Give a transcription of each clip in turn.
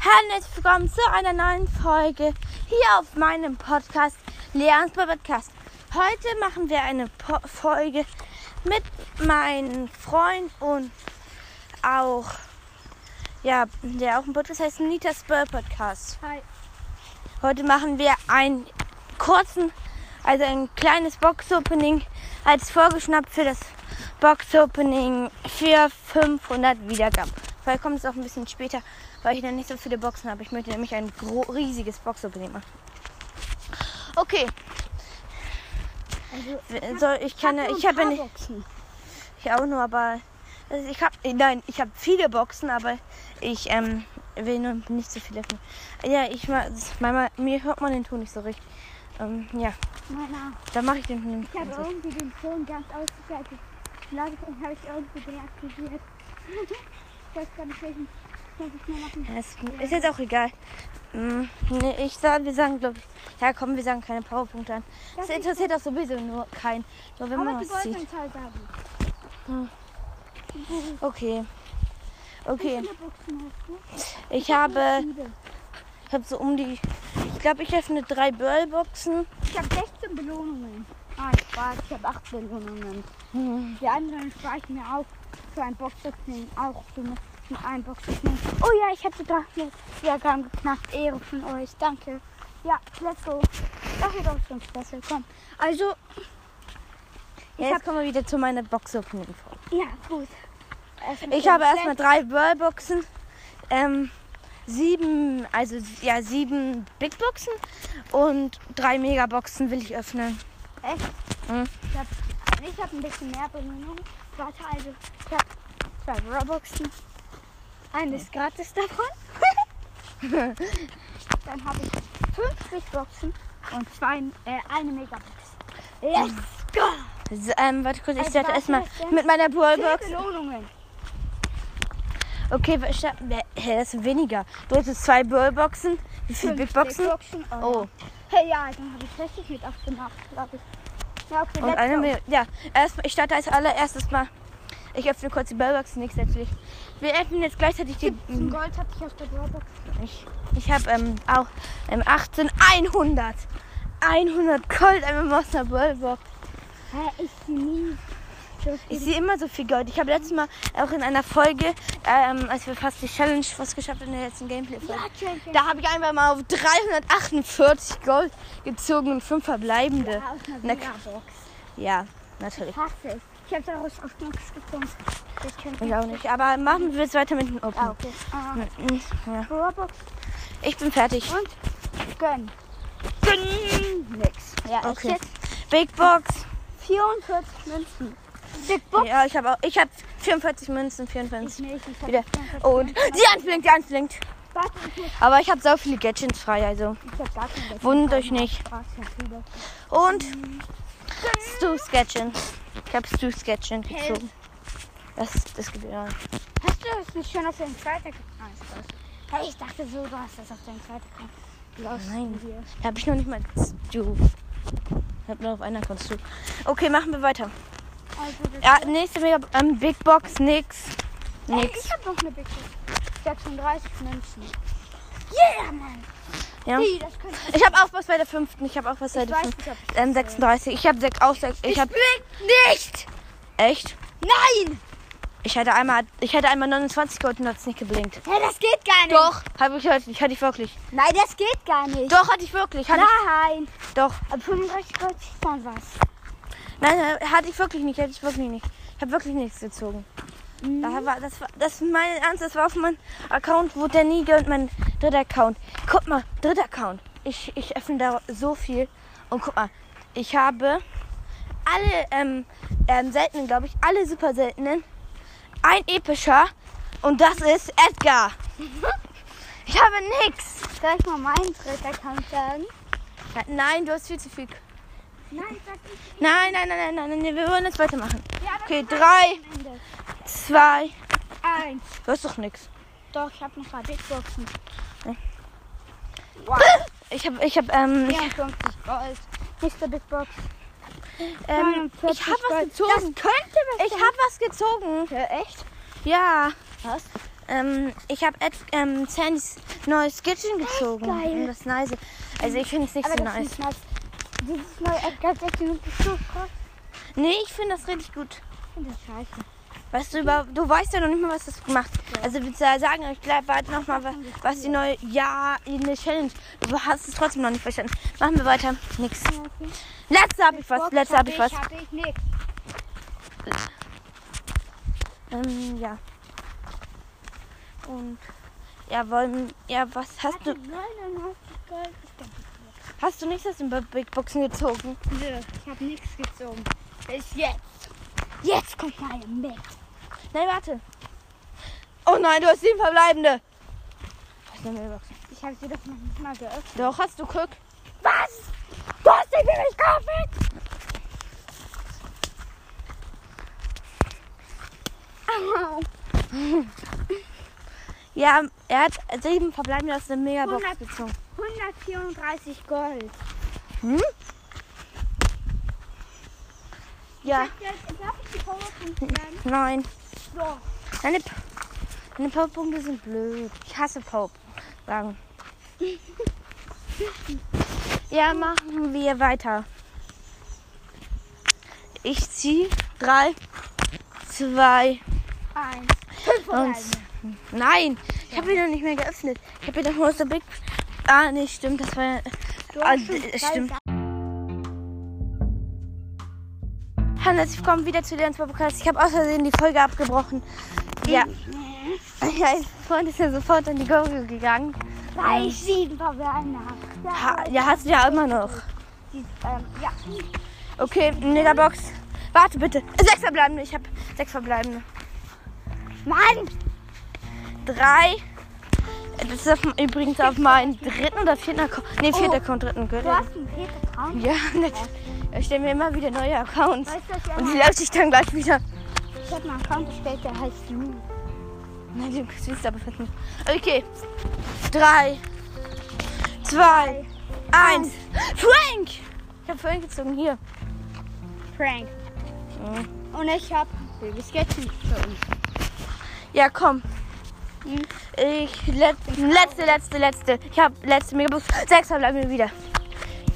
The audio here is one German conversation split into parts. Herzlich willkommen zu einer neuen Folge hier auf meinem Podcast Leons Podcast. Heute machen wir eine po Folge mit meinem Freund und auch ja, der auch ein Podcast heißt Nitas Burr Podcast. Hi. Heute machen wir einen kurzen, also ein kleines Box-Opening als vorgeschnappt für das Box-Opening für 500 Wiedergaben. Vielleicht kommt es auch ein bisschen später, weil ich noch nicht so viele Boxen habe. Ich möchte nämlich ein gro- riesiges Box-Opening machen. Okay, Also, so, ich kann, ja- ich habe ja nicht, Boxen. ich auch nur, aber also ich habe, nein, ich habe viele Boxen, aber ich ähm, will nur nicht so viele. öffnen. Ja, ich ma- manchmal, mir hört man den Ton nicht so richtig. Ähm, ja, Meiner. da mache ich den. den Ich habe irgendwie den Ton ganz ausgeschaltet. Ich glaube, dann habe ich irgendwie deaktiviert. ich weiß gar nicht, welchen Ton ich mehr machen Ja, ist, ist jetzt auch egal. Mm, nee, ich sag, wir sagen, glaube ich, ja komm, wir sagen keine Powerpunkte an. Das Darf ich- interessiert doch sowieso nur keinen. Nur wenn Aber man die was wollten sieht. uns halt sagen. Okay. Okay, Welche Boxen hast du? ich habe, Sieben. ich habe so um die, ich glaube, ich öffne drei Burlboxen. Ich habe 16 Belohnungen. Ah, Spaß, ich habe 8 Belohnungen. Mhm. Die anderen spare ich mir auf für ein Boxöffnen. Auch für ne- für ein Boxöffnen. Oh ja, ich hätte da jetzt Wiedergaben geknackt. Ehre von euch. Danke. Ja, let's go. Das ist auch schon besser. Komm. Also, Ja, hab- jetzt kommen wir wieder zu meiner Box-Opening. ja, gut. Erstmal Ich habe kurz erstmal drei Burlboxen, ähm, sieben, also ja, sieben Big Boxen und drei Megaboxen will ich öffnen. Echt? Mhm. Ich habe ich hab ein bisschen mehr Belohnung. Warte, also ich habe zwei Robuxen. Eine ist gratis davon. Dann habe ich 50 Boxen und zwei, äh, eine Megabox. Yes! go! So, ähm, warte kurz, ich Also, starte warte, erstmal jetzt, ja. mit meiner Zehn Ballbox. Belohnungen. Okay, wir starten. Hä, das ist weniger. Du hattest zwei Ballboxen. Wie viele Fünf Big Boxen? Bigboxen. Oh, Hey, ja, dann habe ich richtig mit aufgemacht, glaube ich. Ja, okay, und let's eine go. Mil Ja, erstmal, ich starte als allererstes mal. Ich öffne kurz die Ballboxen, nichts natürlich. Wir öffnen jetzt gleichzeitig die. Zum Gold habe ich auf der Robox. Ich, ich habe ähm, auch ähm, 18, 100. 100 Gold einmal aus einer Ballbox. Hä, ich sie nie. So Ich sehe immer so viel Gold. Ich habe letztes Mal auch in einer Folge, ähm, als wir fast die Challenge fast geschafft haben in der letzten Gameplay-Folge. Ja, Champion. Da habe ich einfach mal auf 348 Gold gezogen und fünf verbleibende. Ja, aus einer Na, Megabox. Ja, natürlich. hasse es. Ich habe daraus auf nichts gefunden. Das könnte Ich auch nicht. Aber machen wir jetzt weiter mit dem Ah, Open. okay. Ah, Ja. Robux Ich bin fertig. gönn. Gönn nix. Ja, Okay. ich jetzt Big Box. 44 Münzen. Big Box. Ja, ich habe auch. Ich habe 44 Münzen, 44. nicht, ich hab Wieder. 44 Und Münzen. die anflinkt, die anflinkt. Warte, ich muss- Aber ich habe so viele Gadgets frei, also. ich hab gar keine Wundert Wundert euch nicht. Ah, Und Stu Sketchen. Ich habe Stu Sketchen gezogen. Das, das gibt ja. Hast du das nicht schon auf deinen zweiten Account? Hey, ich dachte so, du hast das auf deinen zweiten Account. Lost Nein. Hier. Da habe ich noch nicht mal Stu. Ich habe nur auf einer von Stu. Okay, machen wir weiter. Also, das Ja, nächste Mega ähm, Big Box, nix. Ey, Nix. ich hab noch eine Big Box. 36 Münzen. Yeah, Mann. Ja. Hey, das könnte Ich habe auch was bei der fünften. Ich habe auch was bei der weiß fünften. nicht, ob ich das Ähm, 36. Ich habe sechs auch sechs. Ich habe nicht! echt. Nein! Ich hatte einmal, ich hatte einmal 29 Gold und hat's nicht geblinkt. Hey, das geht gar nicht! Doch, habe ich heute nicht. Hatte ich wirklich. Nein, das geht gar nicht! Doch, hatte ich wirklich. Hatte Nein! ich, doch. Ab 35 Gold sieht man was. Nein, nein, hatte ich wirklich nicht. Hatte ich wirklich nicht. Ich habe wirklich nichts gezogen. Da war, das war, das ist mein Ernst. Das war auf meinem Account, wo der nie gehört, mein dritter Account. Guck mal, dritter Account. Ich, ich öffne da so viel. Und guck mal, ich habe alle ähm, ähm, seltenen, glaube ich, alle super seltenen, ein epischer und das ist Edgar. Ich habe nichts. Soll ich mal meinen dritten Account sagen? Nein, du hast viel zu viel. Nein, sag ich Nein, nein, nein, nein, nein, nein, wir wollen jetzt weitermachen. Ja, das Okay, ist drei, am Ende. zwei. Eins. Du hast doch nichts. Doch, ich hab noch drei Big Boxen. Ich habe, ich habe, ähm, 54 Gold. Nächste Big Box. ähm, ich 49 habe was Gold. gezogen. Das könnte was Ich habe was gezogen. Ja, echt? Ja. Was? Ähm, ich habe Ed, ähm, Sandys neues Kitchen gezogen. geil. Und das ist nice. Also ich finde es nicht Aber so das nice. ist nice. Dieses neue Edgar 16 ist so krass. Nee, ich finde das richtig gut. Ich finde das scheiße. Weißt du, über, du weißt ja noch nicht mal, was das gemacht Also willst du ja sagen, ich bleib warte noch mal, wa- was die neue, ja, eine Challenge. Du hast es trotzdem noch nicht verstanden. Machen wir weiter. Nix. Letzte hab ich was, Box letzte hab ich was. Hatte ich nix. Ähm, ja. Und, ja, wollen, ja, was hast Hatte du, 99 Gold. Ich denke, hast du nichts aus den Big- Big Boxen gezogen? nö, ich habe nichts gezogen. Bis jetzt. Jetzt kommt meine Max. Nein, warte. Oh nein, du hast sieben verbleibende. Was ist denn Big Boxen? Ich habe sie doch noch nicht mal geöffnet. Doch, hast du Glück. Was? Du hast sie für mich geöffnet? Au. Ja, er hat sieben verbleibende aus der Megabox 100. gezogen. 134 Gold. Hm? Ja, Jetzt darf ich die Hm. Powerpunkte werden? nein. Doch. Meine, P- meine Powerpunkte sind blöd. Ich hasse Powerpunkte. ja, machen wir weiter. Ich ziehe drei, zwei. Eins. Fünf Und- verbleibende. Nein, ich habe wieder nicht mehr geöffnet. Ich habe wieder nur aus der Big. Ah, nee, stimmt, das war. Du Ah, hast schon d- drei stimmt. Hallo, herzlich willkommen wieder zu Leons Podcast. Ich habe aus Versehen die Folge abgebrochen. Ja. Ja, mein Freund ist ja sofort an die Gurgel gegangen. Weil ich sieben verbleibende habe. Ha, ja, hast du ja immer noch. Die, ähm, ja. Okay, Megabox. Warte bitte. Sechs verbleibende. Ich habe sechs verbleibende. Mann! Drei. Das ist auf, übrigens auf meinen dritten oder vierten Account. Nee, vierter Oh. Account, dritten Du Account. hast einen vierten Account? Ja, nett. Ich stelle mir immer wieder neue Accounts. Weißt du, was ich Und die einmal- lösche ich dann gleich wieder. ich habe einen Account gestellt, der heißt Lu. Nein, du kannst aber fast nicht. Okay. Drei. Zwei. Eins. Frank! Ich habe Frank gezogen. Hier. Frank. Hm. Und ich habe Baby Sketchen gezogen. Ja, komm. Mhm. Ich let, letzte, letzte, letzte. Ich habe letzte Megabox. Sechs bleiben mir wieder.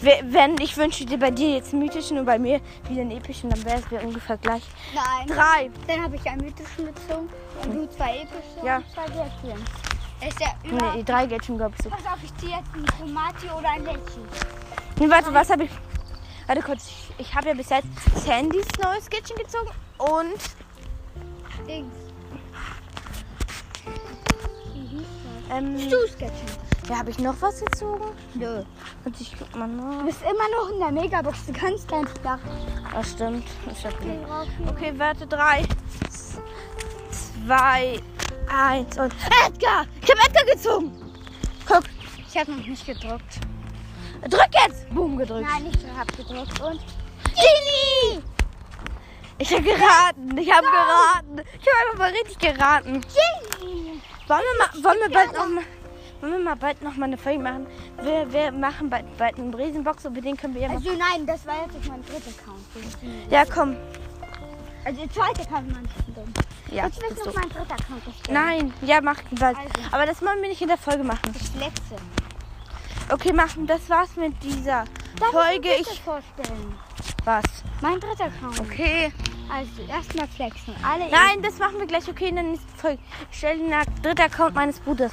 We- Wenn ich wünsche dir bei dir jetzt einen mythischen und bei mir wieder einen epischen, dann wäre es mir ungefähr gleich. Nein. Drei. Dann habe ich einen mythischen gezogen und du zwei epische Ja. und zwei Gärtchen. Ist ja über... Nee, drei geht schon, glaube ich. So. Pass auf, ich ziehe jetzt einen Tomati oder ein Lechi. Nee, warte, was habe ich? Warte kurz. Ich, ich habe ja bis jetzt Sandys neues Sketchen gezogen und Dings. ähm, Du Sketchen. ja, habe ich noch was gezogen? Nö. Und ich guck mal nach. Du bist immer noch in der Megabox, du kannst gar nicht nach. Ah, stimmt. Ich hab Okay, warte, drei, z- zwei, eins und Edgar! Ich habe Edgar gezogen! Guck, Ich habe noch nicht gedruckt. drück jetzt! Boom, gedrückt. Nein, ich habe gedruckt und Chili! Ich habe geraten, ich habe geraten. Ich habe einfach mal richtig geraten. Chili. Wollen wir, mal, wollen wir bald noch mal, wollen wir mal bald noch mal eine Folge machen? Wir, wir machen bald, bald einen Bresenbox, über den können wir ja machen. Also nein, das war jetzt mein dritter Account. Ja, komm. Also der zweite Account mein Jetzt Ja, will ich bist Also, noch du. meinen dritten Account erstellen. Nein, ja, mach bald. Also. Aber das wollen wir nicht in der Folge machen. Das letzte. Okay, machen, das war's mit dieser Darf Folge. ich, Ich. vorstellen? Was? Mein dritter Account. Okay. Also erstmal flexen. Alle Nein, das machen wir gleich. Okay, in der nächsten Folge. Ich stelle den dritten Account meines Bruders,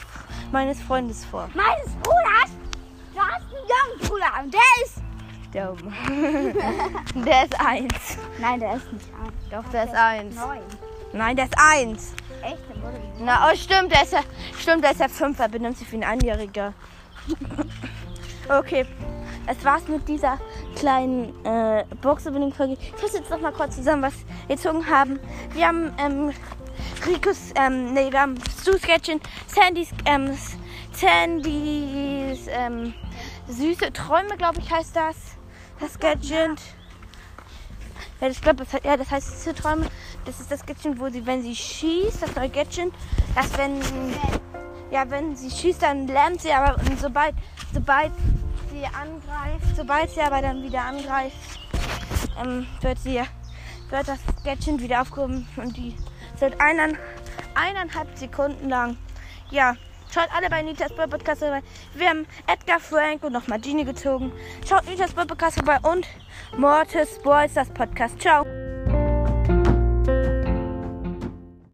meines Freundes vor. Meines Bruders. Du hast einen jungen Bruder und der ist. Der, um- der ist eins. Nein, der ist nicht ein. Doch, der ist eins. Neun. Nein, der ist eins. Echt? Der wurde geboren. Na, oh, stimmt, der ist ja, stimmt, der ist ja fünf. Er benimmt sich wie ein Einjähriger. Okay, das war's mit dieser kleinen äh, Box-Opening-Folge. Ich fasse jetzt noch mal kurz zusammen, was wir gezogen haben. Wir haben ähm, Rikus, ähm, nee, wir haben Stu Sketchen, Sandys, ähm, Sandys, ähm, süße Träume, glaube ich, heißt das. Das Sketchen. Ja, ich glaube, das, ja, das heißt süße Träume. Das ist das Sketchen, wo sie, wenn sie schießt, das neue Sketchen, dass wenn, ja, wenn sie schießt, dann lähmt sie, aber und sobald, sobald sie angreift, sobald sie aber dann wieder angreift, ähm, wird sie, wird das Sketchen wieder aufgehoben und die sind eineinhalb, eineinhalb Sekunden lang, ja, Schaut alle bei Nitas Boy Podcast vorbei. Wir haben Edgar Frank und nochmal Genie gezogen. Schaut Nitas Boy Podcast vorbei und Mortis Boys das Podcast. Ciao.